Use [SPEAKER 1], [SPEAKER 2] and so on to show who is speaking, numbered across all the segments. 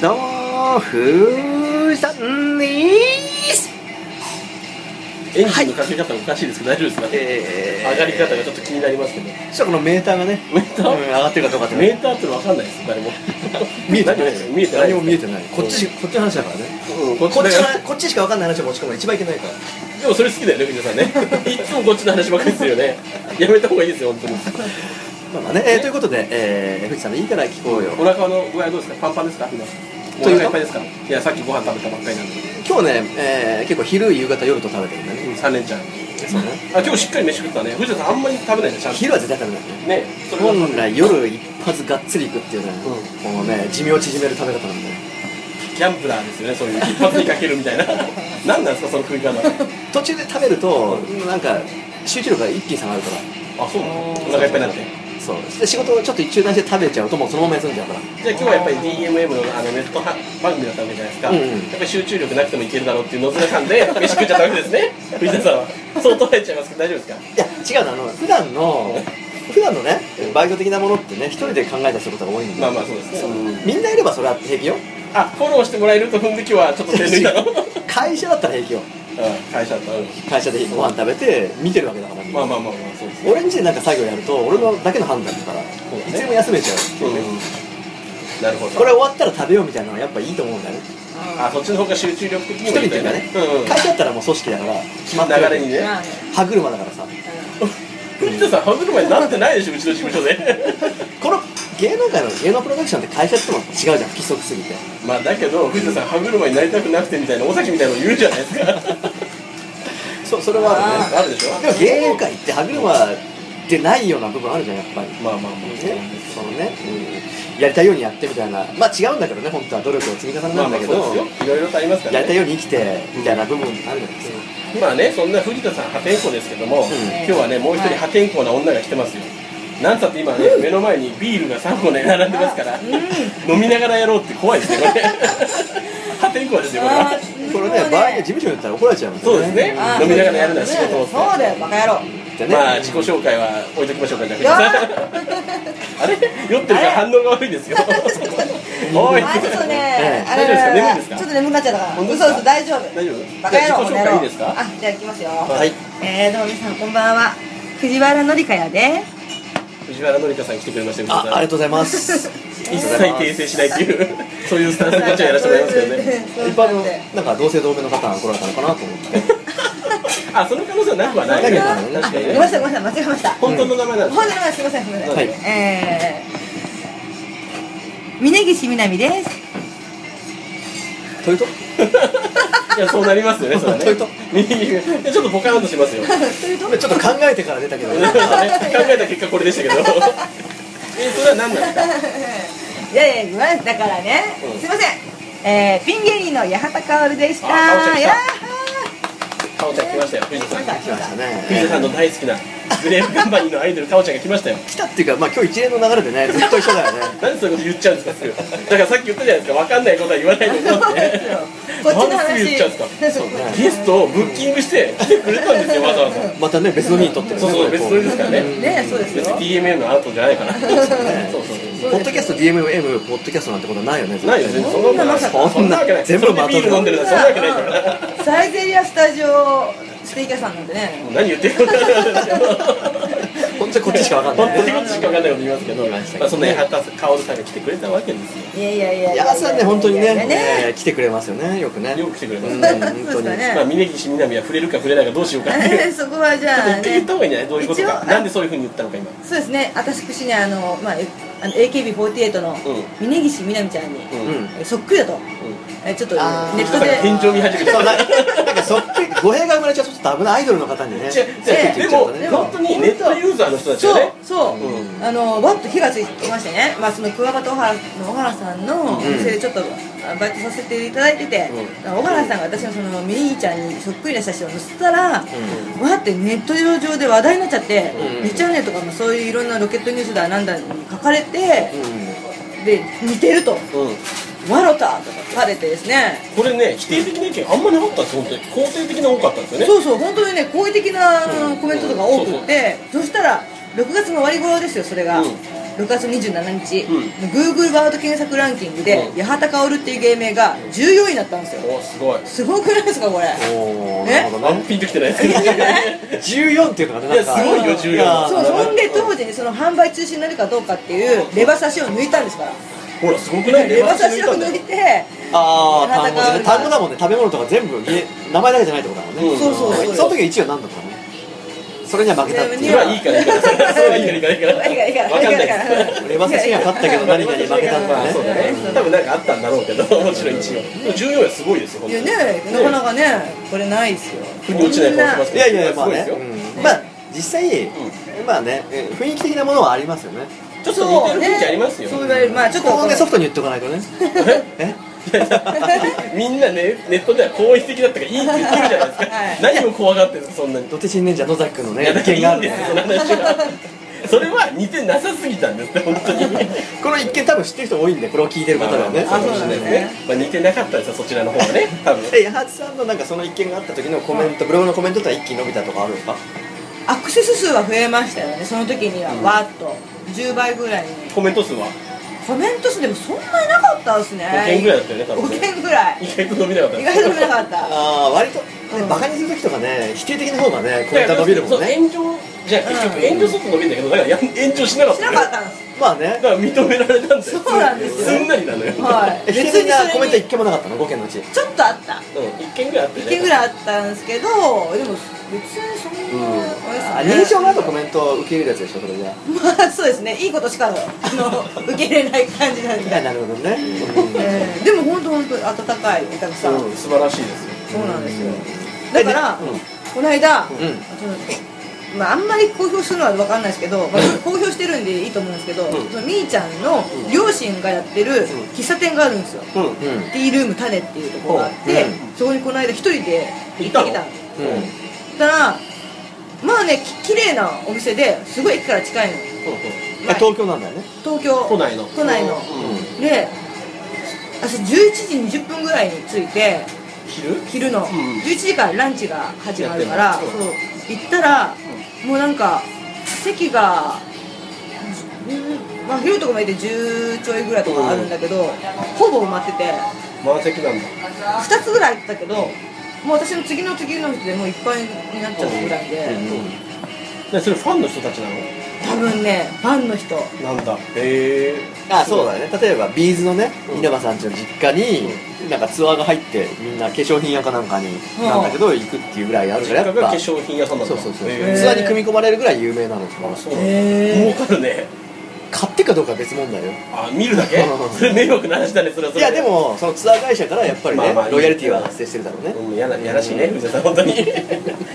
[SPEAKER 1] 豆腐さんでーす
[SPEAKER 2] 演技のかけ方おかしいですけど、大丈夫ですか、
[SPEAKER 1] えー
[SPEAKER 2] 上がり方がちょっと気になりますけど、メ
[SPEAKER 1] ちょっとこのメーターがね
[SPEAKER 2] ーター
[SPEAKER 1] うん上がってるかどうかって
[SPEAKER 2] ーターっての分かんないです、誰も。
[SPEAKER 1] 見えてない
[SPEAKER 2] 何も見えてない
[SPEAKER 1] 何も見えてないこっちしこっちの話だからね
[SPEAKER 2] うんこっち
[SPEAKER 1] こっ
[SPEAKER 2] だ
[SPEAKER 1] ち
[SPEAKER 2] よ
[SPEAKER 1] のこっちしか分かんない話を持ち込むのが一番いけないから
[SPEAKER 2] でもそれ好きだよね、皆さんね。 いつもこっちの話ばっかりですよね。やめた方がいいですよ、本当に。
[SPEAKER 1] まあまあね、えーということで、えー、藤さんのいいから聞こうよ
[SPEAKER 2] お腹の具合どうですかパンパンですか今。お
[SPEAKER 1] という
[SPEAKER 2] 腹
[SPEAKER 1] と
[SPEAKER 2] いっぱいですかいや、さっきご飯食べたばっかりなんで。
[SPEAKER 1] 今日ね、えー結構昼夕方夜と食べてるんだね
[SPEAKER 2] うん、3連ちゃん。
[SPEAKER 1] そうね
[SPEAKER 2] あ、今日しっかり飯食ったね。藤田さん、あんまり食べないね、ちゃんと。
[SPEAKER 1] 昼は絶対食べないね
[SPEAKER 2] ね、それが
[SPEAKER 1] 本来夜一発がっつり行くっていうね、
[SPEAKER 2] う
[SPEAKER 1] もうね寿命縮める食べ方なんで
[SPEAKER 2] ギャンブラーですよね、そういう一発にかけるみたい な。何なんですか、その食い 方。あ、
[SPEAKER 1] 途中で食べると、なんか集中力が一気に下がるから
[SPEAKER 2] そうなのお腹いっぱいになって。
[SPEAKER 1] そうで仕事をちょっと一中断して食べちゃうともうそのまま休んじゃうから
[SPEAKER 2] じゃあ今日はやっぱり DMM のあのネットは番組だったわけじゃないですか、
[SPEAKER 1] うんうん
[SPEAKER 2] やっぱり集中力なくてもいけるだろうっていう野 面感で飯食っちゃったわけですね藤田さんはそう捉えちゃいますけど大丈夫ですか
[SPEAKER 1] いや違うのあの普段の普段のねバイト的なものってね一人で考えたりすることが多いんで、
[SPEAKER 2] まあまあそうですねうん
[SPEAKER 1] みんないればそれは平気よ
[SPEAKER 2] あフォローしてもらえると踏んで今日はちょっと手抜い たのうん
[SPEAKER 1] 会社だったら平気よ
[SPEAKER 2] 会社だったら、う
[SPEAKER 1] 会社でご飯食べて見てるわけだからみん
[SPEAKER 2] ん、
[SPEAKER 1] な
[SPEAKER 2] まあまあまあまあそうですね
[SPEAKER 1] 俺んちでなんか作業やると俺のだけの判断だからい
[SPEAKER 2] そう
[SPEAKER 1] つ
[SPEAKER 2] だね
[SPEAKER 1] でも休めちゃうって
[SPEAKER 2] う
[SPEAKER 1] いう
[SPEAKER 2] ん
[SPEAKER 1] ね、
[SPEAKER 2] なるほど
[SPEAKER 1] これ終わったら食べようみたいなのはやっぱいいと思うんだよね
[SPEAKER 2] あそっちの方が集中力的に
[SPEAKER 1] 一
[SPEAKER 2] も
[SPEAKER 1] 人
[SPEAKER 2] いい
[SPEAKER 1] っていうかね、
[SPEAKER 2] うんうん
[SPEAKER 1] 会社だったらもう組織だから決まってる
[SPEAKER 2] 流れにね
[SPEAKER 3] まあね
[SPEAKER 1] 歯車だからさ
[SPEAKER 2] 藤田さん歯車になってないでしょうちの事務 所で
[SPEAKER 1] この芸能界の芸能プロダクションって会社とも違うじゃん不規則すぎて
[SPEAKER 2] まあだけど藤田さん歯車になりたくなくてみたいな尾崎みたいなの言うじゃないですか
[SPEAKER 1] そうそれは あるね
[SPEAKER 2] あるでしょ
[SPEAKER 1] でも芸能界って歯車でないような部分あるじゃんやっぱりね
[SPEAKER 2] まあまあまあ、
[SPEAKER 1] そのね、うんやりたいようにやってみたいなまあ違うんだけどね本当は努力を積み重ね
[SPEAKER 2] ま
[SPEAKER 1] な
[SPEAKER 2] あ
[SPEAKER 1] んだ
[SPEAKER 2] まあ
[SPEAKER 1] け
[SPEAKER 2] そう
[SPEAKER 1] ど、
[SPEAKER 2] ですよいろいろとありますか
[SPEAKER 1] や
[SPEAKER 2] ら
[SPEAKER 1] りたい
[SPEAKER 2] ね
[SPEAKER 1] ように生きてみたいな部分もあるじゃないですか、
[SPEAKER 2] まあねそんな藤田さん破天荒ですけども、今日はねもう一人破天荒な女が来てますよなんさって今ね目の前にビールが3本ね並んでますから、飲みながらやろうって怖いですね これ破天荒ですよこれは
[SPEAKER 1] これね、場合に事務所に行ったら怒られちゃうもん
[SPEAKER 2] そうですね
[SPEAKER 3] あー
[SPEAKER 2] 飲みながらやるのは仕事を
[SPEAKER 3] そうだよバカ野郎
[SPEAKER 1] でね
[SPEAKER 2] まあ自己紹介は置いときましょうかじゃ
[SPEAKER 3] よ
[SPEAKER 2] あ藤田さん
[SPEAKER 3] ー
[SPEAKER 2] あれ酔ってるから反応が悪いですよ おい
[SPEAKER 3] あちょっと
[SPEAKER 1] え
[SPEAKER 3] ね
[SPEAKER 1] え
[SPEAKER 3] あれら
[SPEAKER 2] 大丈夫ですか
[SPEAKER 3] ら
[SPEAKER 2] 眠いですか
[SPEAKER 3] ちょっと眠くなっちゃったから
[SPEAKER 2] 本当で
[SPEAKER 3] 嘘
[SPEAKER 2] すか
[SPEAKER 3] 嘘大丈夫
[SPEAKER 2] 大丈夫
[SPEAKER 3] バカ野郎
[SPEAKER 2] じゃあ自己紹介いいですか
[SPEAKER 3] あじゃあ行きますよ
[SPEAKER 1] はい
[SPEAKER 3] えーどうも皆さんこんばんは藤原紀香やで
[SPEAKER 2] 藤原紀香さん来てくれましたよ藤
[SPEAKER 1] ああり
[SPEAKER 2] 田さん
[SPEAKER 1] がとうございます
[SPEAKER 2] 一切訂正しないっていう そういうスタンスでこっちはやらせてもらいますけどね
[SPEAKER 3] そう
[SPEAKER 1] い
[SPEAKER 3] い
[SPEAKER 1] っ
[SPEAKER 3] う
[SPEAKER 1] ぱいあ
[SPEAKER 3] 感じ
[SPEAKER 1] の
[SPEAKER 3] で
[SPEAKER 1] なんか同姓同名の方が来られたのかなと思って
[SPEAKER 2] あ、その可能性はなくはない。
[SPEAKER 1] だけどね
[SPEAKER 2] 確か
[SPEAKER 3] ご
[SPEAKER 2] に
[SPEAKER 3] めんな
[SPEAKER 2] ね。
[SPEAKER 3] さいごめんなさい間違えました本
[SPEAKER 2] 本当の名前なんです
[SPEAKER 3] 当にごめんなさいすいませんすいません
[SPEAKER 1] はい
[SPEAKER 3] えー峯岸みなみです
[SPEAKER 1] というと
[SPEAKER 2] いや、そうなりますよね、それはね。
[SPEAKER 1] 本当
[SPEAKER 2] いやちょっとポカーンとし ますよ。ね
[SPEAKER 1] ちょっと考えてから出たけど、
[SPEAKER 2] 考
[SPEAKER 1] ね、
[SPEAKER 2] えた結果これでしたけど。え、それは何なんですか
[SPEAKER 3] いやいや、ごめんだからね、
[SPEAKER 2] うん
[SPEAKER 3] すいません、えー、ピン芸人の八幡薫でした。
[SPEAKER 2] あ薫ちゃん来た
[SPEAKER 3] や
[SPEAKER 2] かおちゃん来ましたよ、藤田さん。
[SPEAKER 3] ー
[SPEAKER 1] 来ましたね
[SPEAKER 2] 藤田さんの大好きなグレープカンパニーのアイドル、かおちゃんが来ましたよ。
[SPEAKER 1] 来たっていうかまあ今日一連の流れでねずっと一緒だよ ね
[SPEAKER 2] なんでそういうこと言っちゃうんですか、すぐ。だからさっき言ったじゃないですか、わかんないことは言わないでおこう って。
[SPEAKER 3] こっちの
[SPEAKER 2] なんですぐ言っ
[SPEAKER 3] 話。
[SPEAKER 2] ちゃうんですか
[SPEAKER 3] そう
[SPEAKER 1] ね
[SPEAKER 2] ゲストをブッキングして来てくれたんですよ、わざわざ。
[SPEAKER 1] またね別の日に撮ってる
[SPEAKER 2] そうそう、別撮りですからね。
[SPEAKER 3] ね、そうです
[SPEAKER 2] 別
[SPEAKER 3] よ。
[SPEAKER 2] に DMM のアウトじゃないかな。そうそうそう。
[SPEAKER 1] ポッドキャスト DMM ポッドキャストなんてことないよね絶
[SPEAKER 2] ない
[SPEAKER 1] 対
[SPEAKER 2] よ
[SPEAKER 1] ね
[SPEAKER 2] 全然そんなことない
[SPEAKER 1] そんなわけない
[SPEAKER 2] 全部まとめビール飲んでるのそんなわけないから
[SPEAKER 3] サイゼリアスタジオステーキ屋さんなんでね。
[SPEAKER 2] 何言ってるか分からないですけど
[SPEAKER 1] 本当にこっちしかわかん
[SPEAKER 2] 本
[SPEAKER 1] な
[SPEAKER 2] 当に
[SPEAKER 1] い
[SPEAKER 2] こっちしか分かんないこと言いますけど
[SPEAKER 1] ましたけどね
[SPEAKER 2] まあその八幡薫さんが来てくれたわけですよ
[SPEAKER 3] いやいやいやいや。
[SPEAKER 1] 矢さんね本当に
[SPEAKER 3] いやいや
[SPEAKER 1] ね
[SPEAKER 3] いやね。
[SPEAKER 1] えー来てくれますよねよくね
[SPEAKER 2] よく来てくれます
[SPEAKER 1] うん
[SPEAKER 2] ね
[SPEAKER 1] 本当に
[SPEAKER 2] まあ峯岸みなみは触れるか触れないかどうしようかっていう
[SPEAKER 3] えーそこはじ
[SPEAKER 2] ちょっと
[SPEAKER 3] ゃあ
[SPEAKER 2] 一回言っ
[SPEAKER 3] ね
[SPEAKER 2] た。方がいいんじゃないどういうこと
[SPEAKER 3] 一応
[SPEAKER 2] か
[SPEAKER 3] あ
[SPEAKER 2] なんでそういうふうに言ったのか今
[SPEAKER 3] そうですね。私ねあのまあえあの AKB48 の峯岸みなみちゃんに
[SPEAKER 2] うん
[SPEAKER 1] う
[SPEAKER 2] うん
[SPEAKER 1] ん
[SPEAKER 3] えそっくりだとえちょっとネ
[SPEAKER 1] あー
[SPEAKER 2] だ
[SPEAKER 3] ット
[SPEAKER 2] か
[SPEAKER 3] で
[SPEAKER 2] ら返上見始め
[SPEAKER 1] そう
[SPEAKER 2] た
[SPEAKER 1] ななんかそっくり語弊が生まれちゃうとちょっと危ないアイドルの方にね
[SPEAKER 2] 違う違う
[SPEAKER 1] 言
[SPEAKER 2] で
[SPEAKER 1] っちゃう
[SPEAKER 2] も
[SPEAKER 1] とね
[SPEAKER 3] でも
[SPEAKER 2] 本当にネットユーザーの人たちが
[SPEAKER 3] そう
[SPEAKER 2] ね
[SPEAKER 3] そう、
[SPEAKER 2] う
[SPEAKER 3] あのわっと火がついてましてね、まあ、その桑畑小原の小原さんのお店でちょっとあバイトさせていただいてて、小原さんが私のそのミリーちゃんにそっくりな写真を載せたら、わってネット上で話題になっちゃって「
[SPEAKER 1] うん
[SPEAKER 3] 2チャンネル」とかもそういういろんなロケットニュースだなんだに書かれて
[SPEAKER 1] う、ん
[SPEAKER 3] で似てると
[SPEAKER 2] うん
[SPEAKER 3] 「わろた」とか書かれてですね
[SPEAKER 2] これね否定的な意見あんまりなかったんです本当に肯定的な多かったんですよね
[SPEAKER 3] そうそう本当にね好意的なあのコメントとか多くって、そしたら6月の終わり頃ですよそれが、
[SPEAKER 2] うん
[SPEAKER 3] 6月27日
[SPEAKER 2] うん
[SPEAKER 3] の Google ワード検索ランキングで
[SPEAKER 2] うん
[SPEAKER 3] 八幡薫っていう芸名が14位になったんですよ
[SPEAKER 2] おすごい
[SPEAKER 3] すごくないですかこれ
[SPEAKER 1] おお
[SPEAKER 3] え
[SPEAKER 1] なるほど
[SPEAKER 2] あん
[SPEAKER 1] ね
[SPEAKER 2] ピンときてないですけど
[SPEAKER 1] 14っていうのがね
[SPEAKER 2] いや
[SPEAKER 1] なん
[SPEAKER 2] す
[SPEAKER 1] か
[SPEAKER 2] ごいよ
[SPEAKER 1] いや
[SPEAKER 2] 14
[SPEAKER 3] そうそんで当時にその販売中止になるかどうかっていうレバ刺しを抜いたんですから
[SPEAKER 2] ほらすごくない
[SPEAKER 3] レバ刺しを
[SPEAKER 2] レバ
[SPEAKER 3] 抜
[SPEAKER 2] 刺
[SPEAKER 3] いて
[SPEAKER 1] ああ単語でね
[SPEAKER 3] 裸が
[SPEAKER 1] 単語だもんね食べ物とか全部家名前だけじゃないってことだもんね、
[SPEAKER 2] うんそうそう
[SPEAKER 3] そう
[SPEAKER 1] の時は一応何だったのねそれには負けたって
[SPEAKER 2] そ
[SPEAKER 1] い
[SPEAKER 2] れ
[SPEAKER 1] う
[SPEAKER 2] はいいからいいからそれはいいからいいからいいからわかんないです
[SPEAKER 1] レバ刺しには勝ったけど何々負けたん
[SPEAKER 2] まあ
[SPEAKER 1] だ
[SPEAKER 2] そうだね
[SPEAKER 1] ね
[SPEAKER 2] 多分なんかあったんだろうけどもちろん一応でも14はすごいですよ本
[SPEAKER 3] い
[SPEAKER 2] 当
[SPEAKER 3] や
[SPEAKER 2] に
[SPEAKER 3] ねなかなかねこれないですよ
[SPEAKER 2] 腑に落ちない顔してます
[SPEAKER 1] い
[SPEAKER 2] けど
[SPEAKER 1] やいやまあね
[SPEAKER 2] すごいですよ
[SPEAKER 1] うんまあ実際まあねえ雰囲気的なものはありますよね
[SPEAKER 2] ちょっと似てる雰囲気ありますよ
[SPEAKER 3] そうだよまあちょっと
[SPEAKER 1] ここねソフトに言っとかないとねえ
[SPEAKER 2] みんなねネットでは好意的だったからいいって言ってるじゃないですか、
[SPEAKER 3] はい
[SPEAKER 2] 何を怖がってるんですかそんなに
[SPEAKER 1] ドテチン忍者野崎君の
[SPEAKER 2] い
[SPEAKER 1] ね
[SPEAKER 2] やだ
[SPEAKER 1] 意
[SPEAKER 2] からい
[SPEAKER 1] 見があ
[SPEAKER 2] いん
[SPEAKER 1] る
[SPEAKER 2] ですよその話はそれは似てなさすぎたんですって本当に
[SPEAKER 1] この一見多分知ってる人多いんでこれを聞いてる方ではね
[SPEAKER 2] まあまあまあ
[SPEAKER 3] あそうなんですね
[SPEAKER 2] まあ、似てなかったですよそちらの方はね多分
[SPEAKER 1] え八幡さんのなんかその一見があった時のコメントブログのコメントってのは一気に伸びたとかあるんですか
[SPEAKER 3] アクセス数は増えましたよねその時にはわーっと10倍ぐらいに
[SPEAKER 2] コメント数は
[SPEAKER 3] コメント数でもそんなになかったですね
[SPEAKER 2] 5件ぐらいだったよね多分
[SPEAKER 3] 5
[SPEAKER 2] ね
[SPEAKER 3] 件ぐらい
[SPEAKER 2] 意外と伸びなかった
[SPEAKER 3] 意外と見なかった
[SPEAKER 1] ああ割と、ね
[SPEAKER 3] うん
[SPEAKER 1] バカにする時とかね否定的な方がねコメント伸びるもんね
[SPEAKER 2] そう炎上じゃあ結局炎上すると伸びるんだけどだからや炎上しなかっ
[SPEAKER 3] したな
[SPEAKER 2] のよ
[SPEAKER 3] かったんです
[SPEAKER 1] まあね
[SPEAKER 2] だから認められたんだよ
[SPEAKER 3] そうなんですよ
[SPEAKER 2] すんなりなのよ、
[SPEAKER 3] はい
[SPEAKER 1] え否定的なコメント
[SPEAKER 3] 別に
[SPEAKER 1] 一件もなかったの5件のうち
[SPEAKER 3] それにちょっとあっ
[SPEAKER 2] う
[SPEAKER 3] た
[SPEAKER 2] ん、1件ぐらいあったよ
[SPEAKER 3] 1
[SPEAKER 2] ね
[SPEAKER 3] 件ぐらいあったんですけどでも別にそんな、
[SPEAKER 2] うん
[SPEAKER 1] あ
[SPEAKER 3] あれ
[SPEAKER 1] 認
[SPEAKER 3] ですね
[SPEAKER 1] 証の後コメントを受け入れるやつでしょそれじゃ
[SPEAKER 3] まあそうですねいいことしかあの受け入れない感じなん
[SPEAKER 1] あ
[SPEAKER 3] で、
[SPEAKER 1] なるほどね、
[SPEAKER 3] えーでも本当本当温かいお客さん、
[SPEAKER 2] うん素晴らしいですよ
[SPEAKER 3] そうなんですよ
[SPEAKER 1] え
[SPEAKER 3] だから、
[SPEAKER 1] でうん
[SPEAKER 3] この間、
[SPEAKER 1] ん
[SPEAKER 3] そのまあ、あんまり公表するのは分かんないですけど、まあ、公表してるんでいいと思うんですけど、
[SPEAKER 2] うん
[SPEAKER 3] そのみーちゃんの両親がやってる喫茶店があるんですよ、
[SPEAKER 2] うん、
[SPEAKER 1] うん
[SPEAKER 3] ティールーム種っていうところがあって、
[SPEAKER 1] う
[SPEAKER 3] そこにこの間一人で行ってきたん
[SPEAKER 2] 行ったの
[SPEAKER 3] です
[SPEAKER 1] うん
[SPEAKER 3] そしたらまあねき綺麗なお店ですごい駅から近いの
[SPEAKER 1] え東京なんだよね
[SPEAKER 3] 東京
[SPEAKER 2] 都内の
[SPEAKER 3] 都内の、
[SPEAKER 2] うん
[SPEAKER 3] で私11時20分ぐらいに着いて
[SPEAKER 2] 昼
[SPEAKER 3] 昼の、
[SPEAKER 2] ん
[SPEAKER 3] 11時からランチが始まるから
[SPEAKER 2] やっ
[SPEAKER 3] そう
[SPEAKER 2] てる
[SPEAKER 3] 行ったら、もうなんか席が、うんまあ、広いとこまでで10ちょいぐらいとかあるんだけど、ほぼ埋まってて
[SPEAKER 2] 満席なんだ
[SPEAKER 3] 2つぐらいあったけどもう私の次の次の人でもういっぱいになっちゃったぐらいで、
[SPEAKER 2] でそれファンの人たちなの
[SPEAKER 3] 多分ねファンの人
[SPEAKER 2] なんだへえ
[SPEAKER 1] あそうだね例えばビーズのね
[SPEAKER 2] うん
[SPEAKER 1] 稲葉さんちの実家になんかツアーが入ってみんな化粧品屋かなんかに
[SPEAKER 3] うん
[SPEAKER 1] なんだけど行くっていうぐらいあるか
[SPEAKER 2] 実
[SPEAKER 1] ら
[SPEAKER 2] 家
[SPEAKER 1] や
[SPEAKER 2] が
[SPEAKER 1] っぱ
[SPEAKER 2] 化
[SPEAKER 1] そう
[SPEAKER 2] 粧品屋さんだった
[SPEAKER 1] そうそうツア
[SPEAKER 2] へ
[SPEAKER 3] え
[SPEAKER 1] ーに組み込まれるぐらい有名なの
[SPEAKER 2] ーあそうなんだ
[SPEAKER 3] へ
[SPEAKER 2] 儲
[SPEAKER 3] ー
[SPEAKER 2] かるね
[SPEAKER 1] 買ってかどうかは別問題よ
[SPEAKER 2] あ見るだけ
[SPEAKER 1] うん
[SPEAKER 2] それ迷惑な話だねそれはそ
[SPEAKER 1] い
[SPEAKER 2] れ
[SPEAKER 1] やでもそのツアー会社からやっぱり
[SPEAKER 2] まあ
[SPEAKER 1] ね
[SPEAKER 2] まあいい
[SPEAKER 1] ロイヤリティは発生してるだろうね
[SPEAKER 2] うんやらやらしいね藤田さん本当に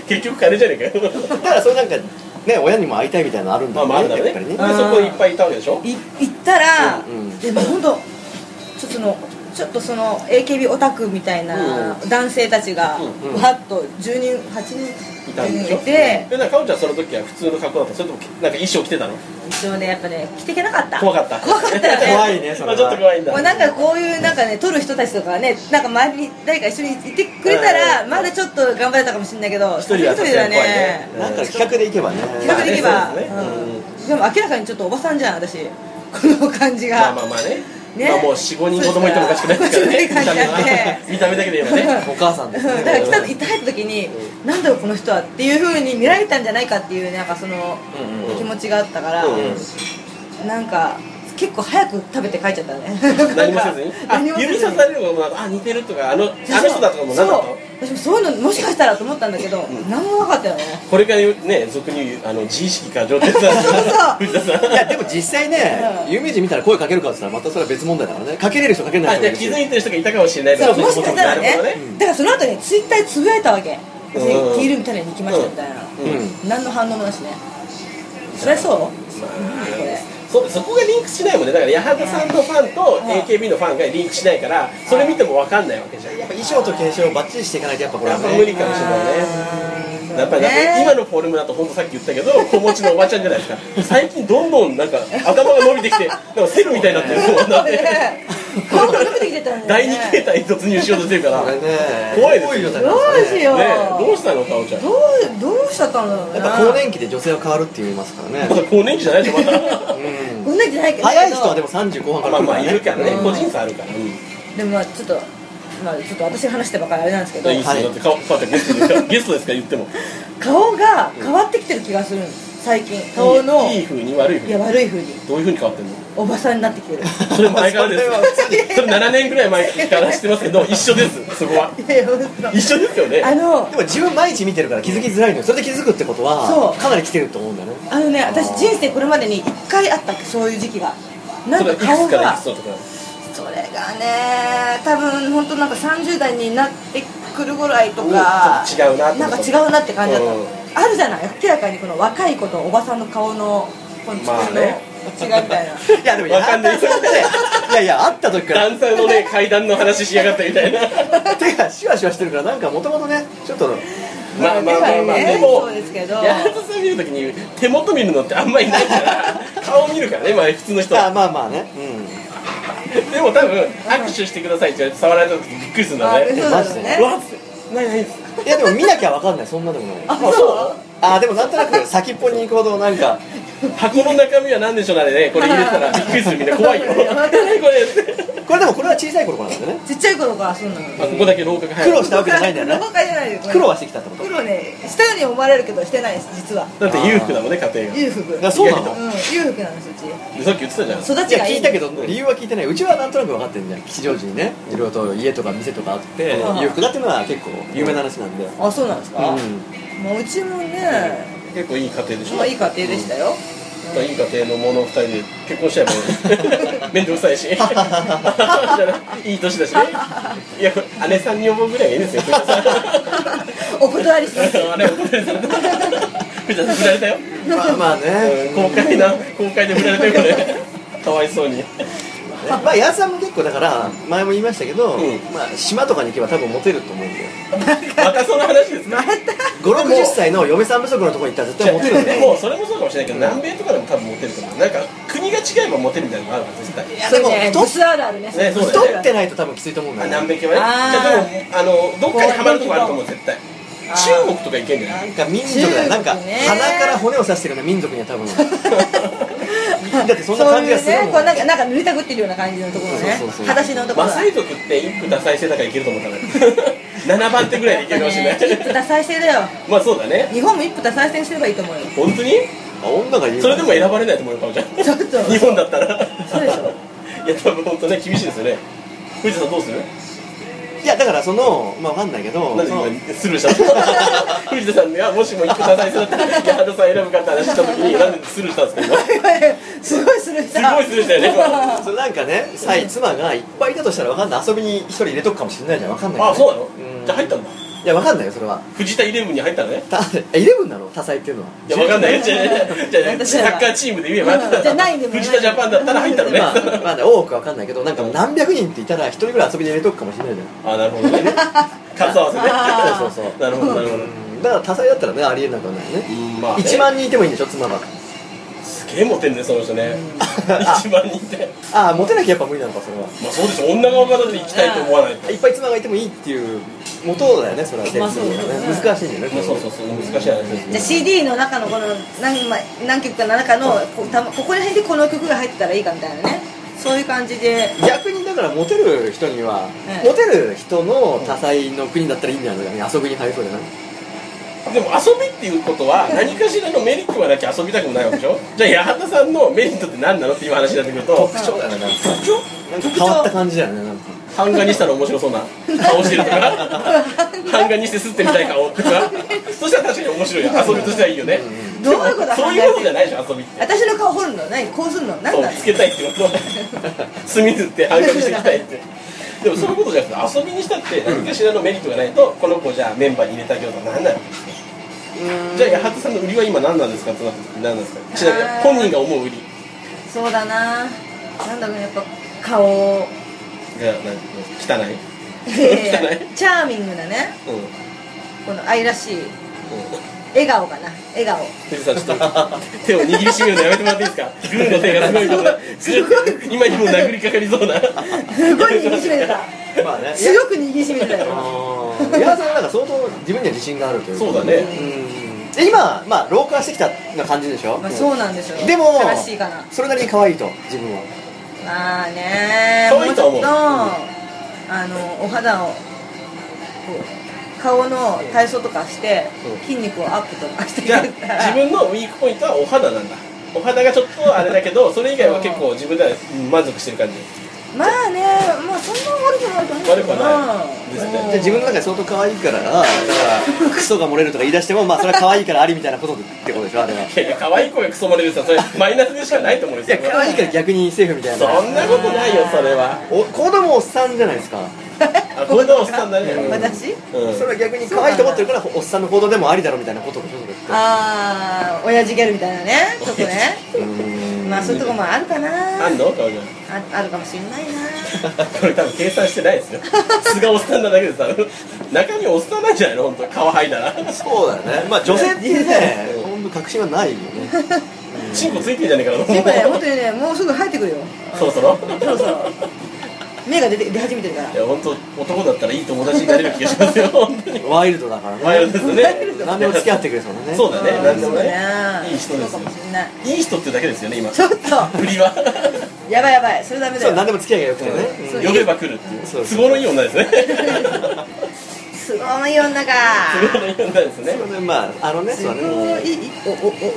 [SPEAKER 2] 結局金じゃねえかよ
[SPEAKER 1] だからそれなんかね親にも会いたいみたいなのあるんだ
[SPEAKER 2] まあまああ
[SPEAKER 1] よ
[SPEAKER 2] るだ
[SPEAKER 1] ね
[SPEAKER 2] ろう
[SPEAKER 1] やっ
[SPEAKER 2] ね
[SPEAKER 1] ぱりね
[SPEAKER 2] でそこいっぱいいたわけでしょ
[SPEAKER 3] い行ったら、
[SPEAKER 1] うんうん
[SPEAKER 3] でも本当ちょっとそのちょっとその AKB オタクみたいな男性たちがわ
[SPEAKER 2] うん
[SPEAKER 1] うん
[SPEAKER 3] ーっと10人8人
[SPEAKER 2] いたんでしょ
[SPEAKER 3] いて
[SPEAKER 2] でなんかかおちゃんその時は普通の格好だったそれともなんか衣装着てたの
[SPEAKER 3] 一応ねやっぱね着ていけなかった
[SPEAKER 2] 怖かった
[SPEAKER 3] 怖かったよね
[SPEAKER 1] 怖いねそれは
[SPEAKER 2] まあちょっと怖いんだ
[SPEAKER 3] もうなんかこういうなんかね撮る人たちとかはねなんか周りに誰か一緒にいてくれた
[SPEAKER 2] う
[SPEAKER 3] ら
[SPEAKER 2] ん
[SPEAKER 3] まだちょっと頑張れたかもしれないけど
[SPEAKER 2] 一人はさ
[SPEAKER 3] 一人
[SPEAKER 2] すが
[SPEAKER 3] だ
[SPEAKER 2] に怖いね
[SPEAKER 3] ね
[SPEAKER 1] なんか企画でいけばね
[SPEAKER 3] 比較的は
[SPEAKER 2] まあねそうですね
[SPEAKER 3] でも明らかにちょっとおばさんじゃん私この感じが
[SPEAKER 2] まあまあまあね
[SPEAKER 3] ね
[SPEAKER 2] まあもう45人子供いてもおかしくないですからね
[SPEAKER 3] そうそうそう
[SPEAKER 2] 見た目だけで言えばね
[SPEAKER 1] お母さんで
[SPEAKER 3] うん
[SPEAKER 1] すね
[SPEAKER 3] だから来た行った入った時に、なんだろうこの人はっていう風に見られたんじゃないかっていうなんかその
[SPEAKER 1] うん
[SPEAKER 2] うん
[SPEAKER 3] 気持ちがあったから、
[SPEAKER 2] うん
[SPEAKER 3] なんか結構早く食べて帰っちゃったね
[SPEAKER 2] 何もせ ずにあ
[SPEAKER 3] 何もせず
[SPEAKER 2] 指
[SPEAKER 3] に
[SPEAKER 2] さされるのもあ似てるとかあのあの人だとかも何だ
[SPEAKER 3] そう
[SPEAKER 2] と
[SPEAKER 3] 私もそういうのもしかしたらと思ったんだけど、何もなかったよね
[SPEAKER 2] これからね俗に言うあの自意識過剰ってやつだ
[SPEAKER 3] そうそう
[SPEAKER 2] 藤田さん
[SPEAKER 1] いやでも実際ね
[SPEAKER 3] うん
[SPEAKER 1] 有名人見たら声かけるかって言ったらまたそれは別問題だからねかけれる人かけれな
[SPEAKER 2] あ
[SPEAKER 1] い
[SPEAKER 2] じ
[SPEAKER 1] 人
[SPEAKER 2] ゃあ
[SPEAKER 1] もいるし
[SPEAKER 2] 気づいてる人がいたかもしれない
[SPEAKER 3] そうもしかしたら
[SPEAKER 2] なる
[SPEAKER 3] ね
[SPEAKER 2] ほどね
[SPEAKER 3] だからその後にツイッターでつぶやいたわけ私
[SPEAKER 2] うん
[SPEAKER 3] ティールみたいに行きましたみたいな、
[SPEAKER 2] う
[SPEAKER 1] うん
[SPEAKER 2] ん
[SPEAKER 3] 何の反応もなしねそりゃそう
[SPEAKER 2] ま
[SPEAKER 3] これ
[SPEAKER 2] あそそこがリンクしないもんねだから八幡さんのファンと
[SPEAKER 3] うん
[SPEAKER 2] AKB のファンがリンクしないからそれ見ても分かんないわけじゃん
[SPEAKER 1] やっぱ衣装と化粧をバッチリしていかないとやっぱこれ
[SPEAKER 2] や
[SPEAKER 1] は
[SPEAKER 2] っぱ無理
[SPEAKER 1] ね
[SPEAKER 2] かもしれないね
[SPEAKER 3] うん
[SPEAKER 2] やっぱりだって
[SPEAKER 3] ね
[SPEAKER 2] 今のフォルムだと本当さっき言ったけど子持ちのおばちゃんじゃないですか最近どんどんなんか頭が伸びてきてなんかセルみたいになってるもんだって
[SPEAKER 3] ねどんどん伸びてきてたんだ
[SPEAKER 2] 第
[SPEAKER 3] よね
[SPEAKER 2] 二形態に突入しようとしてるから
[SPEAKER 1] これね
[SPEAKER 2] 怖いです
[SPEAKER 1] よ
[SPEAKER 3] どうしよう、
[SPEAKER 2] ねどうしたのかおちゃん
[SPEAKER 3] どうどうしちゃったんだろう
[SPEAKER 1] や
[SPEAKER 3] な
[SPEAKER 1] っぱ更年期で女性は変わるって言いますからね
[SPEAKER 2] まだ更年期じゃないでしょまだ
[SPEAKER 1] うん
[SPEAKER 3] こんなんじゃないけど
[SPEAKER 1] 早い人はでも30後半から
[SPEAKER 2] まあ
[SPEAKER 1] 来る
[SPEAKER 2] ま
[SPEAKER 1] か
[SPEAKER 2] あ
[SPEAKER 1] ら
[SPEAKER 2] い
[SPEAKER 1] ね
[SPEAKER 2] るからね
[SPEAKER 3] うん
[SPEAKER 2] 個人差あるから
[SPEAKER 3] でもまあちょっとまあちょっと私が話したばっかりあれなんですけど
[SPEAKER 2] いいっす
[SPEAKER 1] はい
[SPEAKER 2] よだって顔こうやってゲストですからゲストですから言っても
[SPEAKER 3] 顔が変わってきてる気がするんです最近顔の
[SPEAKER 2] いいいい風に悪い
[SPEAKER 3] い
[SPEAKER 2] 風
[SPEAKER 3] や
[SPEAKER 2] に
[SPEAKER 3] 悪い風に
[SPEAKER 2] どういう風に変わってんの
[SPEAKER 3] おばさんになってきてる
[SPEAKER 2] それ前からで
[SPEAKER 1] それは普
[SPEAKER 2] すそれ7年ぐらい前から知ってますけど一緒ですそこはい
[SPEAKER 3] やいや本
[SPEAKER 2] 一緒ですよ
[SPEAKER 3] 当あ
[SPEAKER 2] ね
[SPEAKER 3] の
[SPEAKER 1] でも自分毎日見てるから気づきづらいのよそれで気づくってこと
[SPEAKER 3] そ
[SPEAKER 1] は
[SPEAKER 3] う
[SPEAKER 1] かなり来てると思うんだよね
[SPEAKER 3] あのね私人生これまでに一回あったそういう時期がなん
[SPEAKER 2] それ
[SPEAKER 3] か
[SPEAKER 2] いくつ
[SPEAKER 3] 顔
[SPEAKER 2] からい
[SPEAKER 3] が
[SPEAKER 2] くつのとか
[SPEAKER 3] それがね多分本当なんか30代になってくるぐらいとか
[SPEAKER 2] うんちょっと違うなってこと
[SPEAKER 3] んか違うなって感じだった、
[SPEAKER 2] うん
[SPEAKER 3] あるじゃない明らかにこの若い子とおばさんの顔のこの
[SPEAKER 2] まあ
[SPEAKER 3] 作りの違
[SPEAKER 2] ね
[SPEAKER 3] いみたいな
[SPEAKER 1] いやでも
[SPEAKER 2] わかんない
[SPEAKER 1] やったらそれでいやいや会った時から
[SPEAKER 2] 段差のね階段の話しやがったみたいな
[SPEAKER 1] 手がシュワシュワしてるからなんかもともとねちょっと
[SPEAKER 2] まあまあまあまあ
[SPEAKER 3] ね
[SPEAKER 2] でも
[SPEAKER 3] そうですけど
[SPEAKER 2] 八幡さん見るときに手元見るのってあんまりないから顔見るからねまあ普通の人は
[SPEAKER 1] あまあまあね
[SPEAKER 2] でも多分握手してくださいって言われて触られた時びっくりするんだ
[SPEAKER 3] あ
[SPEAKER 2] ね
[SPEAKER 3] そ
[SPEAKER 1] マ
[SPEAKER 3] うだ
[SPEAKER 1] ジで
[SPEAKER 3] ね
[SPEAKER 2] うわっつってないないっつって
[SPEAKER 1] うんいやでも見なきゃわかんないそんなでもない
[SPEAKER 3] あ
[SPEAKER 2] あそう
[SPEAKER 1] あでもなんとなく先っぽに行くほどなんか
[SPEAKER 2] 箱の中身は何でしょうあれねこれ入れたらびっくりするみんな 怖いよ
[SPEAKER 3] そうだね
[SPEAKER 2] 何これって
[SPEAKER 1] これでもこれは小さい頃からなんだよね
[SPEAKER 3] ちっちゃい頃からそうなの
[SPEAKER 2] まあここだけ廊下が入
[SPEAKER 1] 苦
[SPEAKER 2] る
[SPEAKER 1] 労したわけじゃないんだよね
[SPEAKER 3] 黒かじゃないよ
[SPEAKER 1] 苦労はしてきたってこと
[SPEAKER 3] 黒ねしたように思われるけどしてないです実は
[SPEAKER 2] だって裕福だもんね家庭が
[SPEAKER 3] 裕福
[SPEAKER 1] いやそうなの
[SPEAKER 3] うん裕福なんですうち
[SPEAKER 2] でさっき言ってたじゃん
[SPEAKER 3] 育
[SPEAKER 1] い
[SPEAKER 3] ち
[SPEAKER 1] や
[SPEAKER 3] がいい
[SPEAKER 1] 聞いたけど理由は聞いてないうちはなんとなく分かってるんだよ吉祥寺にねいろいろと家とか店とかあって
[SPEAKER 3] うん
[SPEAKER 1] 裕福だっていうのは結構有名な話なんでうん
[SPEAKER 3] あそうなんですか、まあ、うちもね、
[SPEAKER 2] 結構いい家庭でしょ
[SPEAKER 3] まあ、いい家庭でしたよ、
[SPEAKER 2] まあいい家庭の者二人で結婚しちゃえ ばいい面倒くさいしじゃないいい年だし ねいやこれ姉さんに呼ぼうぐらいがいいですよ藤田さん
[SPEAKER 3] お断りします
[SPEAKER 2] あれお断りされた藤田さん振られたよ
[SPEAKER 1] まあまあね
[SPEAKER 2] 公開な公開で振られたよこれかわいそうに
[SPEAKER 1] まあ矢田さんも結構だから前も言いましたけど
[SPEAKER 2] うん
[SPEAKER 1] まあ島とかに行けば多分モテると思うんだよ
[SPEAKER 2] またその話ですか
[SPEAKER 3] また
[SPEAKER 1] 560歳の嫁さん不足のところに行ったら絶対モテるんだよ
[SPEAKER 2] もうそれもそうかもしれないけど南米とかでも多分モテると思うなんか国が違えばモテるみたいなのがあるから絶
[SPEAKER 1] い
[SPEAKER 2] 対
[SPEAKER 1] や
[SPEAKER 3] そ
[SPEAKER 1] で
[SPEAKER 3] れ
[SPEAKER 1] も
[SPEAKER 3] ね
[SPEAKER 1] 太
[SPEAKER 3] ブ
[SPEAKER 1] っ
[SPEAKER 3] スあるあるね
[SPEAKER 2] ねそうだよね
[SPEAKER 1] 太ってないと多分きついと思うんだ
[SPEAKER 2] あ
[SPEAKER 1] よ
[SPEAKER 2] 南
[SPEAKER 1] ね
[SPEAKER 2] 米系はねじゃあでもあのどっかにハマるとこあると思う絶対
[SPEAKER 3] あ
[SPEAKER 2] 中
[SPEAKER 3] ー
[SPEAKER 2] 国とか行けんじゃな
[SPEAKER 1] ないんか民族だよなんか
[SPEAKER 3] 中国ね
[SPEAKER 1] 鼻から骨を刺してるような民族には多 分だってそんな感じがする
[SPEAKER 3] そういう
[SPEAKER 1] も
[SPEAKER 3] ね
[SPEAKER 1] ん
[SPEAKER 3] こうなんかなんか塗りたぐってるような感じのところね
[SPEAKER 1] そうそうそう
[SPEAKER 3] 裸足のとこ
[SPEAKER 2] マ
[SPEAKER 3] ろ
[SPEAKER 2] サイ族って一夫多妻制だからいけると思 ったの7番手ぐらいでいけるかもしれ
[SPEAKER 3] やっぱね一夫
[SPEAKER 2] ない
[SPEAKER 3] 多妻制だよ
[SPEAKER 2] まあそうだね
[SPEAKER 3] 日本も一夫多妻制にすればいいと思うよ
[SPEAKER 2] 本当に
[SPEAKER 1] あ女が言う
[SPEAKER 2] それでも選ばれないと思うよかおちゃん
[SPEAKER 3] ちょっと
[SPEAKER 2] 日本だったら
[SPEAKER 3] そうでしょ
[SPEAKER 2] いや多分本当ね厳しいですよね藤田さんどうする
[SPEAKER 1] いやだからそのまあわかんないけど
[SPEAKER 2] なん
[SPEAKER 1] その
[SPEAKER 2] で今スルーしたの 藤田さんがもしも一夫多妻制だったら矢田さん選ぶかって話した時になんでスルーしたんですか今
[SPEAKER 3] すごいする
[SPEAKER 2] すごいスルーしたよね今
[SPEAKER 1] それなんかねさい妻がいっぱいいたとしたらわかんない遊びに一人入れとくかもしれないじゃんわかんない
[SPEAKER 2] あそうなの
[SPEAKER 1] うん
[SPEAKER 2] じゃあ入ったんだ
[SPEAKER 1] いやわかんないよそれは
[SPEAKER 2] 藤田イレブンに入ったのね
[SPEAKER 1] たえイレブンなの多彩っていうのはい
[SPEAKER 2] やわかんない よじゃあじゃあ
[SPEAKER 3] 私
[SPEAKER 2] サ
[SPEAKER 3] は
[SPEAKER 2] ッカーチームで言えば
[SPEAKER 3] うんじゃあないでもない
[SPEAKER 2] 藤田ジャパンだったら入ったのね
[SPEAKER 1] まあ、まあね、多くはわかんないけどなんか何百人っていたら一人ぐらい遊びに入れとくかもしれないじゃん
[SPEAKER 2] あなるほどね数合わせね
[SPEAKER 3] あー
[SPEAKER 1] そうそうそう
[SPEAKER 2] なるほどなるほど
[SPEAKER 1] うんだから多彩だったらねありえなくはないよね
[SPEAKER 2] うんまあね
[SPEAKER 1] 1万人いてもいいんでしょ妻が
[SPEAKER 2] すげえモテんねその人ね
[SPEAKER 1] あ
[SPEAKER 2] 一万人って
[SPEAKER 1] あモテなきゃやっぱ無理なのかそれは
[SPEAKER 2] まあそうでしょ女側がだって行きたいと思わないと
[SPEAKER 1] いっぱい妻がいてもいいっていう元だよねそれは
[SPEAKER 3] まあそうだね
[SPEAKER 1] ね難しいんだよねこ
[SPEAKER 2] ま
[SPEAKER 1] れ
[SPEAKER 2] あ
[SPEAKER 1] は
[SPEAKER 2] そうそうそう難しい話です
[SPEAKER 3] じゃあ CD の中のこの何枚何曲かの中のこたまここら辺でこの曲が入ってたらいいかみたいなねそういう感じで
[SPEAKER 1] 逆にだからモテる人には、
[SPEAKER 3] うん
[SPEAKER 1] モテる人の多彩の国だったらいいんじゃないのかね遊びに入りそうじゃない
[SPEAKER 2] でも遊びっていうことは何かしらのメリットがなきゃ遊びたくもないわけでしょじゃあ八幡さんのメリットって何なのっていう話になってくると
[SPEAKER 1] 特徴だよねなんか
[SPEAKER 2] 特徴
[SPEAKER 1] なんか変わった感じだよねなんか
[SPEAKER 2] 版画にしたら面白そうな顔してる とか版画にして吸ってみたい顔とかそしたら確かに面白いよ遊びとしてはいいよね
[SPEAKER 3] どういうことだ
[SPEAKER 2] そういうことじゃないでしょ遊びって
[SPEAKER 3] 私の顔掘るの何こうするの何
[SPEAKER 2] そう
[SPEAKER 3] だ
[SPEAKER 2] つけたいってこと墨塗って版画にしていきたいってでもそういうことじゃなくて遊びにしたって何かしらのメリットがないとこの子じゃあメンバーに入れてあげようとかなんないじゃあ八幡さんの売りは今何なんですかってなった時に何なんですかちなみに本人が思う売り
[SPEAKER 3] そうだななんだろうねやっぱ顔
[SPEAKER 2] が何汚い
[SPEAKER 3] いやいやチャーミングなね
[SPEAKER 2] うんうん
[SPEAKER 3] この愛らしい笑顔かな笑顔
[SPEAKER 2] 藤さんちょっと手を握りしめるのやめてもらっていいですかグーの手がすごいことです今にも殴りかかりそうな
[SPEAKER 3] すごい握りしめてた
[SPEAKER 1] まあね
[SPEAKER 3] 強く握りしめてたよ
[SPEAKER 1] あー矢原さんはなんか相当自分には自信があるというか
[SPEAKER 2] そうだね
[SPEAKER 1] うんで今まあ老化してきたな感じでしょ
[SPEAKER 3] まあそうなんでしょう
[SPEAKER 1] でも
[SPEAKER 3] 正しいかな
[SPEAKER 1] それなりに可愛いと自分は
[SPEAKER 3] まあね
[SPEAKER 2] 可愛いとは思う
[SPEAKER 3] もうちょっとあのお肌をこう顔の体操とかして
[SPEAKER 1] うん
[SPEAKER 3] 筋肉をアップとかして
[SPEAKER 2] じゃあ
[SPEAKER 3] くれたら
[SPEAKER 2] 自分のウィークポイントはお肌なんだお肌がちょっとあれだけどそれ以外は結構自分ではうん満足してる感じ
[SPEAKER 3] まあねまあそんな悪くないと思うけど
[SPEAKER 2] 悪くはないですね
[SPEAKER 1] で自分の中で相当可愛いからだからクソが漏れるとか言い出してもまあそれは可愛いからありみたいなことってことでしょあれはい
[SPEAKER 2] やいや可愛い子がクソ漏れるさそれマイナスでしかないと思うん
[SPEAKER 1] い
[SPEAKER 2] です
[SPEAKER 1] や
[SPEAKER 2] よ
[SPEAKER 1] 可愛いから逆にセーフみたい
[SPEAKER 2] そ
[SPEAKER 1] なん
[SPEAKER 2] なことないよそれは
[SPEAKER 1] お子供おっさんじゃないですか
[SPEAKER 2] あこれでおっさんだねうん
[SPEAKER 3] 私
[SPEAKER 2] うん
[SPEAKER 1] それは逆に可愛いと思ってるからおっさんの行動でもありだろみたいなことでしょそれって
[SPEAKER 3] ああ親父ギャルみたいなねちょっとね
[SPEAKER 1] うーん
[SPEAKER 3] まあそういうとこもあるかな
[SPEAKER 2] あんの顔が
[SPEAKER 3] ああるかもしれないな
[SPEAKER 2] これ多分計算してないですよ素がおっさんなだけでさ中身おっさんなんじゃないの本当顔剥いだら
[SPEAKER 1] そうだよねまあ女性ってね本当確信はないよね
[SPEAKER 2] チンコついてんじゃねえかな
[SPEAKER 3] でもね本当にねもうすぐ生えてくるよ
[SPEAKER 2] そろそろ
[SPEAKER 3] そうそう目が出て出始めてるから
[SPEAKER 2] いや本当男だったらいい友達になれる気がしますよ本当に
[SPEAKER 1] ワイルドだからね
[SPEAKER 2] ワイルドですね
[SPEAKER 1] 何でも付き合ってくれそうなね
[SPEAKER 2] そうだね
[SPEAKER 3] うん
[SPEAKER 2] 何でも
[SPEAKER 3] そう
[SPEAKER 2] ね
[SPEAKER 3] だね
[SPEAKER 2] いい人です
[SPEAKER 3] そう
[SPEAKER 2] よ
[SPEAKER 3] かもしれない
[SPEAKER 2] いい人ってだけですよね今
[SPEAKER 3] ちょっと
[SPEAKER 2] 振りは
[SPEAKER 3] やばいやばいそれダメだ
[SPEAKER 1] そう何
[SPEAKER 3] よ
[SPEAKER 1] でも付き合いがよくてね
[SPEAKER 3] そ
[SPEAKER 2] 呼べば来るっていう
[SPEAKER 1] そう
[SPEAKER 2] 都合のいい女ですね
[SPEAKER 3] すごい女か
[SPEAKER 2] 都合のいい女ですね
[SPEAKER 1] そうねまああのね
[SPEAKER 3] す
[SPEAKER 1] そう
[SPEAKER 3] ご
[SPEAKER 1] だね
[SPEAKER 3] いおおお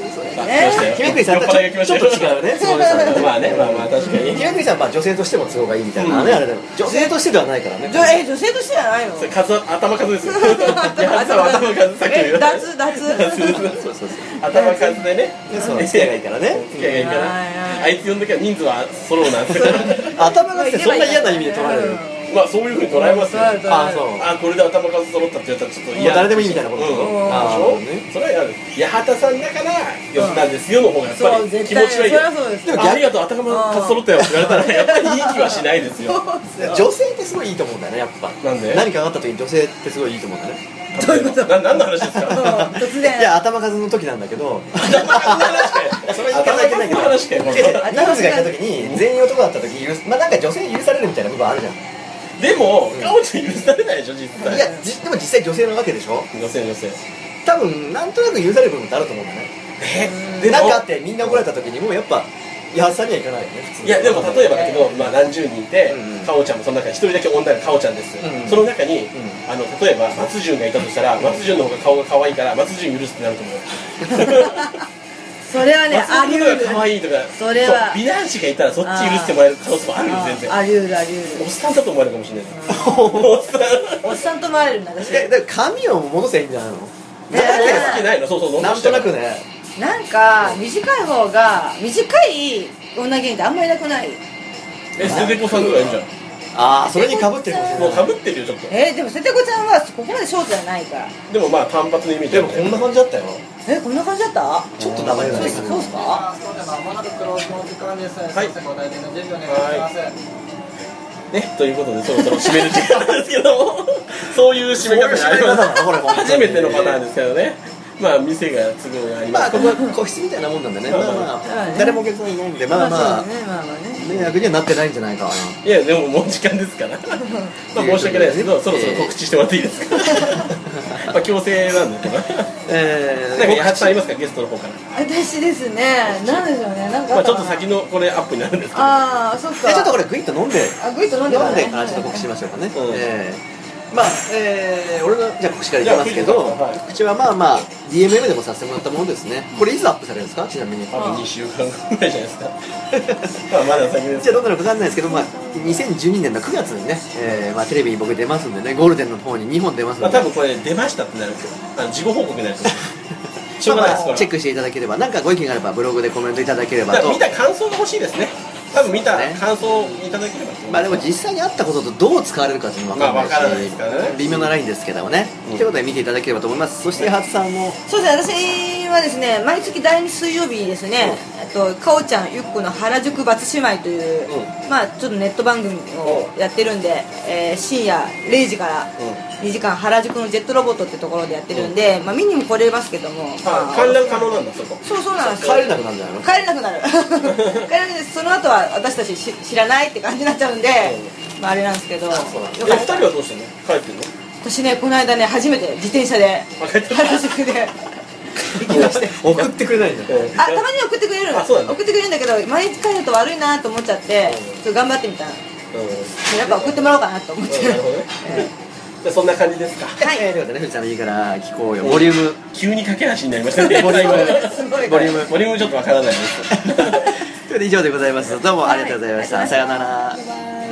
[SPEAKER 3] そう
[SPEAKER 2] あ
[SPEAKER 3] だ
[SPEAKER 2] 来ましたよ
[SPEAKER 3] ね
[SPEAKER 1] 姫栗さんとは
[SPEAKER 2] 酔っ払いが来まし
[SPEAKER 1] ち
[SPEAKER 2] た
[SPEAKER 1] ょっ
[SPEAKER 2] よ
[SPEAKER 1] と違うねつぼみさんと
[SPEAKER 2] まあねまあまあ確かに
[SPEAKER 1] 姫栗さんはまあ女性としても都合がいいみたいなね
[SPEAKER 2] うん
[SPEAKER 1] あれだよ女性としてではないからね
[SPEAKER 3] 女え女性としてじゃないの
[SPEAKER 2] それ数頭数で すよやつは頭数さっきの
[SPEAKER 3] え脱脱
[SPEAKER 2] そうそうそう頭数でね
[SPEAKER 1] でそう付き合いがいいからね
[SPEAKER 2] 付き合いがいいか
[SPEAKER 3] はいは
[SPEAKER 2] らあ
[SPEAKER 3] い
[SPEAKER 2] いつ呼んだけは人数は揃うなんて
[SPEAKER 1] 頭がってそんな嫌な意味で取られる
[SPEAKER 2] まあそういうふうに捉えますよ
[SPEAKER 3] そう
[SPEAKER 1] あそう
[SPEAKER 2] あこれで頭数揃ったって言ったらちょっと
[SPEAKER 1] もう
[SPEAKER 2] 嫌
[SPEAKER 1] 誰でもいいみたいなこと
[SPEAKER 2] う
[SPEAKER 1] で
[SPEAKER 2] ん
[SPEAKER 1] しょ
[SPEAKER 2] うん
[SPEAKER 1] あ
[SPEAKER 2] でし
[SPEAKER 1] ー
[SPEAKER 2] ょ
[SPEAKER 1] ね
[SPEAKER 2] それは嫌です八幡さんだから吉田ですよの方がやっぱ
[SPEAKER 3] そう
[SPEAKER 2] り気持
[SPEAKER 3] 絶対
[SPEAKER 2] ちがいい
[SPEAKER 3] それはそうです
[SPEAKER 1] でも
[SPEAKER 2] ありがとう頭数揃ったよって言われたらやっぱりいい気はしないですよ
[SPEAKER 1] 女性ってすごいいいと思うんだよねやっぱ
[SPEAKER 2] なんで
[SPEAKER 1] 何かがあった時に女性ってすごいいいと思うんだね
[SPEAKER 3] どういうこと
[SPEAKER 2] な何の話 です
[SPEAKER 3] うん
[SPEAKER 2] か
[SPEAKER 3] 突
[SPEAKER 1] いや
[SPEAKER 3] 然
[SPEAKER 1] 頭数の時なんだけど
[SPEAKER 2] 頭数の話かよ
[SPEAKER 1] それ言い方いけないけど
[SPEAKER 2] 頭数の話かよ
[SPEAKER 1] 違う違う人数がいた時に全員男だった時許すまあなんか女性に許されるみたいな部分あるじゃん
[SPEAKER 2] でも、かおちゃん許されないでしょ、実際。
[SPEAKER 1] いやじでも実際女性なわけでしょ
[SPEAKER 2] 女性、女性。
[SPEAKER 1] 多分なんとなく許される部分ってあると思うんだね
[SPEAKER 2] え
[SPEAKER 1] でなんかあってみんな怒られた時にもうやっぱやっさにはいかないよね普通
[SPEAKER 2] いや、でも例えばだけど、まあ何十人い
[SPEAKER 1] う
[SPEAKER 2] て
[SPEAKER 1] んうん、
[SPEAKER 2] かおちゃんもその中に一人だけ女がかおちゃんです
[SPEAKER 1] うんう。ん
[SPEAKER 2] その中に
[SPEAKER 1] ん、
[SPEAKER 2] あの、例えば松潤がいたとしたら、松潤の方が顔が可愛いから、松潤許すってなると思う。
[SPEAKER 3] それはねあ
[SPEAKER 2] 松
[SPEAKER 3] り
[SPEAKER 2] 潤
[SPEAKER 3] 得
[SPEAKER 2] の方
[SPEAKER 3] る
[SPEAKER 2] が可愛いとか、
[SPEAKER 3] それは
[SPEAKER 2] う美男子がいたらそっち許してもらえる可能性もあるよ、全然。
[SPEAKER 3] あり得るあり得
[SPEAKER 2] お
[SPEAKER 3] る
[SPEAKER 2] っさんだと思われるかもしれないです。おっさん。
[SPEAKER 3] おっさんと思われるんだ私
[SPEAKER 1] えだから髪を戻せばいいんじゃないの
[SPEAKER 3] えー
[SPEAKER 2] 誰が好きないのそうそう、
[SPEAKER 1] なんとなく。ね
[SPEAKER 3] なんか短い方が短い女芸人ってあんまりいなくない
[SPEAKER 2] え、ステテコさんぐらいいるじゃん。
[SPEAKER 1] ああそれにかぶってるかもしれ
[SPEAKER 2] もう
[SPEAKER 1] ない
[SPEAKER 2] 被ってるよ、ちょっと。
[SPEAKER 3] えーでも瀬戸子ちゃんはここまでショートじゃないから
[SPEAKER 2] でもまあ、単発のイメージ
[SPEAKER 1] で
[SPEAKER 2] あ
[SPEAKER 1] も
[SPEAKER 2] るね。
[SPEAKER 1] こんな感じだったよ
[SPEAKER 3] えこんな感じだった
[SPEAKER 1] ちょっと名前がな
[SPEAKER 3] そう
[SPEAKER 1] い
[SPEAKER 3] です
[SPEAKER 1] け
[SPEAKER 3] そう
[SPEAKER 1] ど
[SPEAKER 3] ですか
[SPEAKER 4] そうではまもなくクローズのお時間です。
[SPEAKER 2] はい
[SPEAKER 4] 先生ご退店の準備お願いします。
[SPEAKER 2] ね、ということでそろそろ締める時間なんですけ どもそういう締め方があり
[SPEAKER 1] そういう締め方な
[SPEAKER 2] ま
[SPEAKER 1] のこれ本当に
[SPEAKER 2] す初めてのパターンですけどねまあ店が都合がありま
[SPEAKER 1] まあ
[SPEAKER 2] す
[SPEAKER 1] ここは個室みたいなもんなんでねまあま
[SPEAKER 3] まあ
[SPEAKER 1] あ
[SPEAKER 3] ね
[SPEAKER 1] 誰もお客さんいないんでまあまあ
[SPEAKER 3] そうだねまあまあね
[SPEAKER 1] 迷惑にはなってないんじゃないかない
[SPEAKER 2] やでももう時間ですから まあ申し訳ないですけどそろそろ告知してもらっていいですかまあ強制なんです けどね
[SPEAKER 1] え
[SPEAKER 2] なんか八幡さんい
[SPEAKER 1] ー
[SPEAKER 2] ますかゲストの方から
[SPEAKER 3] 私ですねなんでしょうねなんか
[SPEAKER 2] ま
[SPEAKER 3] あ
[SPEAKER 2] あ
[SPEAKER 3] っ
[SPEAKER 2] ち
[SPEAKER 3] た
[SPEAKER 2] ょっ
[SPEAKER 3] か
[SPEAKER 2] と
[SPEAKER 3] な
[SPEAKER 2] 先のこれアップになるんですけど
[SPEAKER 3] ああそっか
[SPEAKER 1] えちょっとこれグイッと飲んで
[SPEAKER 3] あグイッと飲んで
[SPEAKER 1] 飲んで
[SPEAKER 3] から
[SPEAKER 1] 話
[SPEAKER 3] ね
[SPEAKER 1] ちょっと告知しましょうかね、
[SPEAKER 2] うん
[SPEAKER 1] えーまあえー、俺のじゃあ告知からいきますけど、
[SPEAKER 2] じゃあ藤田さんはい
[SPEAKER 1] 告知はまあまあ DMM でもさせてもらったものですねこれいつアップされるんですかちなみに
[SPEAKER 2] 多分2週間ぐらいじゃないです かまあまだ先です
[SPEAKER 1] じゃあ
[SPEAKER 2] け
[SPEAKER 1] どうなるかわかんないですけど、まあ、2012年の9月にね、えーまあ、テレビに僕出ますんでねゴールデンの方に2本出ます
[SPEAKER 2] ま
[SPEAKER 1] の
[SPEAKER 2] あ
[SPEAKER 1] で、
[SPEAKER 2] 多分これ出ましたってなるんですよあの事後報告にな るんですよしょうがないですこれは
[SPEAKER 1] チェックしていただければなんかご意見があればブログでコメントいただければ
[SPEAKER 2] だか
[SPEAKER 1] と
[SPEAKER 2] ら見た感想が欲しいですね多分見た
[SPEAKER 1] そうですね
[SPEAKER 2] 感想をいただければと思い
[SPEAKER 1] ま
[SPEAKER 2] ま
[SPEAKER 1] あ
[SPEAKER 2] す
[SPEAKER 1] でも実際にあったこととどう使われるかっていうのは分
[SPEAKER 2] まあ
[SPEAKER 1] か
[SPEAKER 2] わ
[SPEAKER 1] ん
[SPEAKER 2] から
[SPEAKER 1] な
[SPEAKER 2] ないい
[SPEAKER 1] し、
[SPEAKER 2] ですからね
[SPEAKER 1] 微妙なラインですけどもね、
[SPEAKER 2] うん
[SPEAKER 1] ということで見ていただければと思いますそして八幡さんも
[SPEAKER 3] そうですね私はですね毎月第2水曜日ですねあとかおちゃんゆっこの原宿バツ姉妹という、まあちょっとネット番組をやってるんで、えー深夜0時から、
[SPEAKER 2] う
[SPEAKER 3] 2時間原宿のジェットロボットってところでやってるんで、まあ、見にも来れますけども、まあ
[SPEAKER 2] 観覧可能なんだそこ
[SPEAKER 3] そうそうなんですよ
[SPEAKER 1] 帰れなくなるんじゃないの
[SPEAKER 3] 帰れなくなる 帰れないですその後は私たちし知らないって感じになっちゃうんで、まあ、あれなんですけどよか
[SPEAKER 2] そうなんだえ
[SPEAKER 3] った
[SPEAKER 2] 2人はどうしたの帰ってんの
[SPEAKER 3] 私ねこの間ね初めて自転車で
[SPEAKER 2] あ帰って
[SPEAKER 3] 原宿で行きまして
[SPEAKER 1] 送ってくれないんだよ
[SPEAKER 3] あたまに送ってくれるの
[SPEAKER 2] あそうなんだ
[SPEAKER 3] 送ってくれるんだけど毎日帰ると悪いなと思っちゃってちょっと頑張ってみたの
[SPEAKER 2] う
[SPEAKER 3] やっぱ送ってもらおうかなと思って
[SPEAKER 2] ん、なるほどねじゃあそんな感じですか
[SPEAKER 3] はい
[SPEAKER 1] えーということでね藤ちゃんのいいから聞こうよボリューム
[SPEAKER 2] 急に駆け足になりましたね
[SPEAKER 1] ボリューム
[SPEAKER 3] すごい
[SPEAKER 1] ボリューム
[SPEAKER 2] ボリュ ームちょっとわからないです
[SPEAKER 1] ということで以上でございますどうもありがとうございました、
[SPEAKER 3] はい
[SPEAKER 1] さようなら
[SPEAKER 3] バイバイ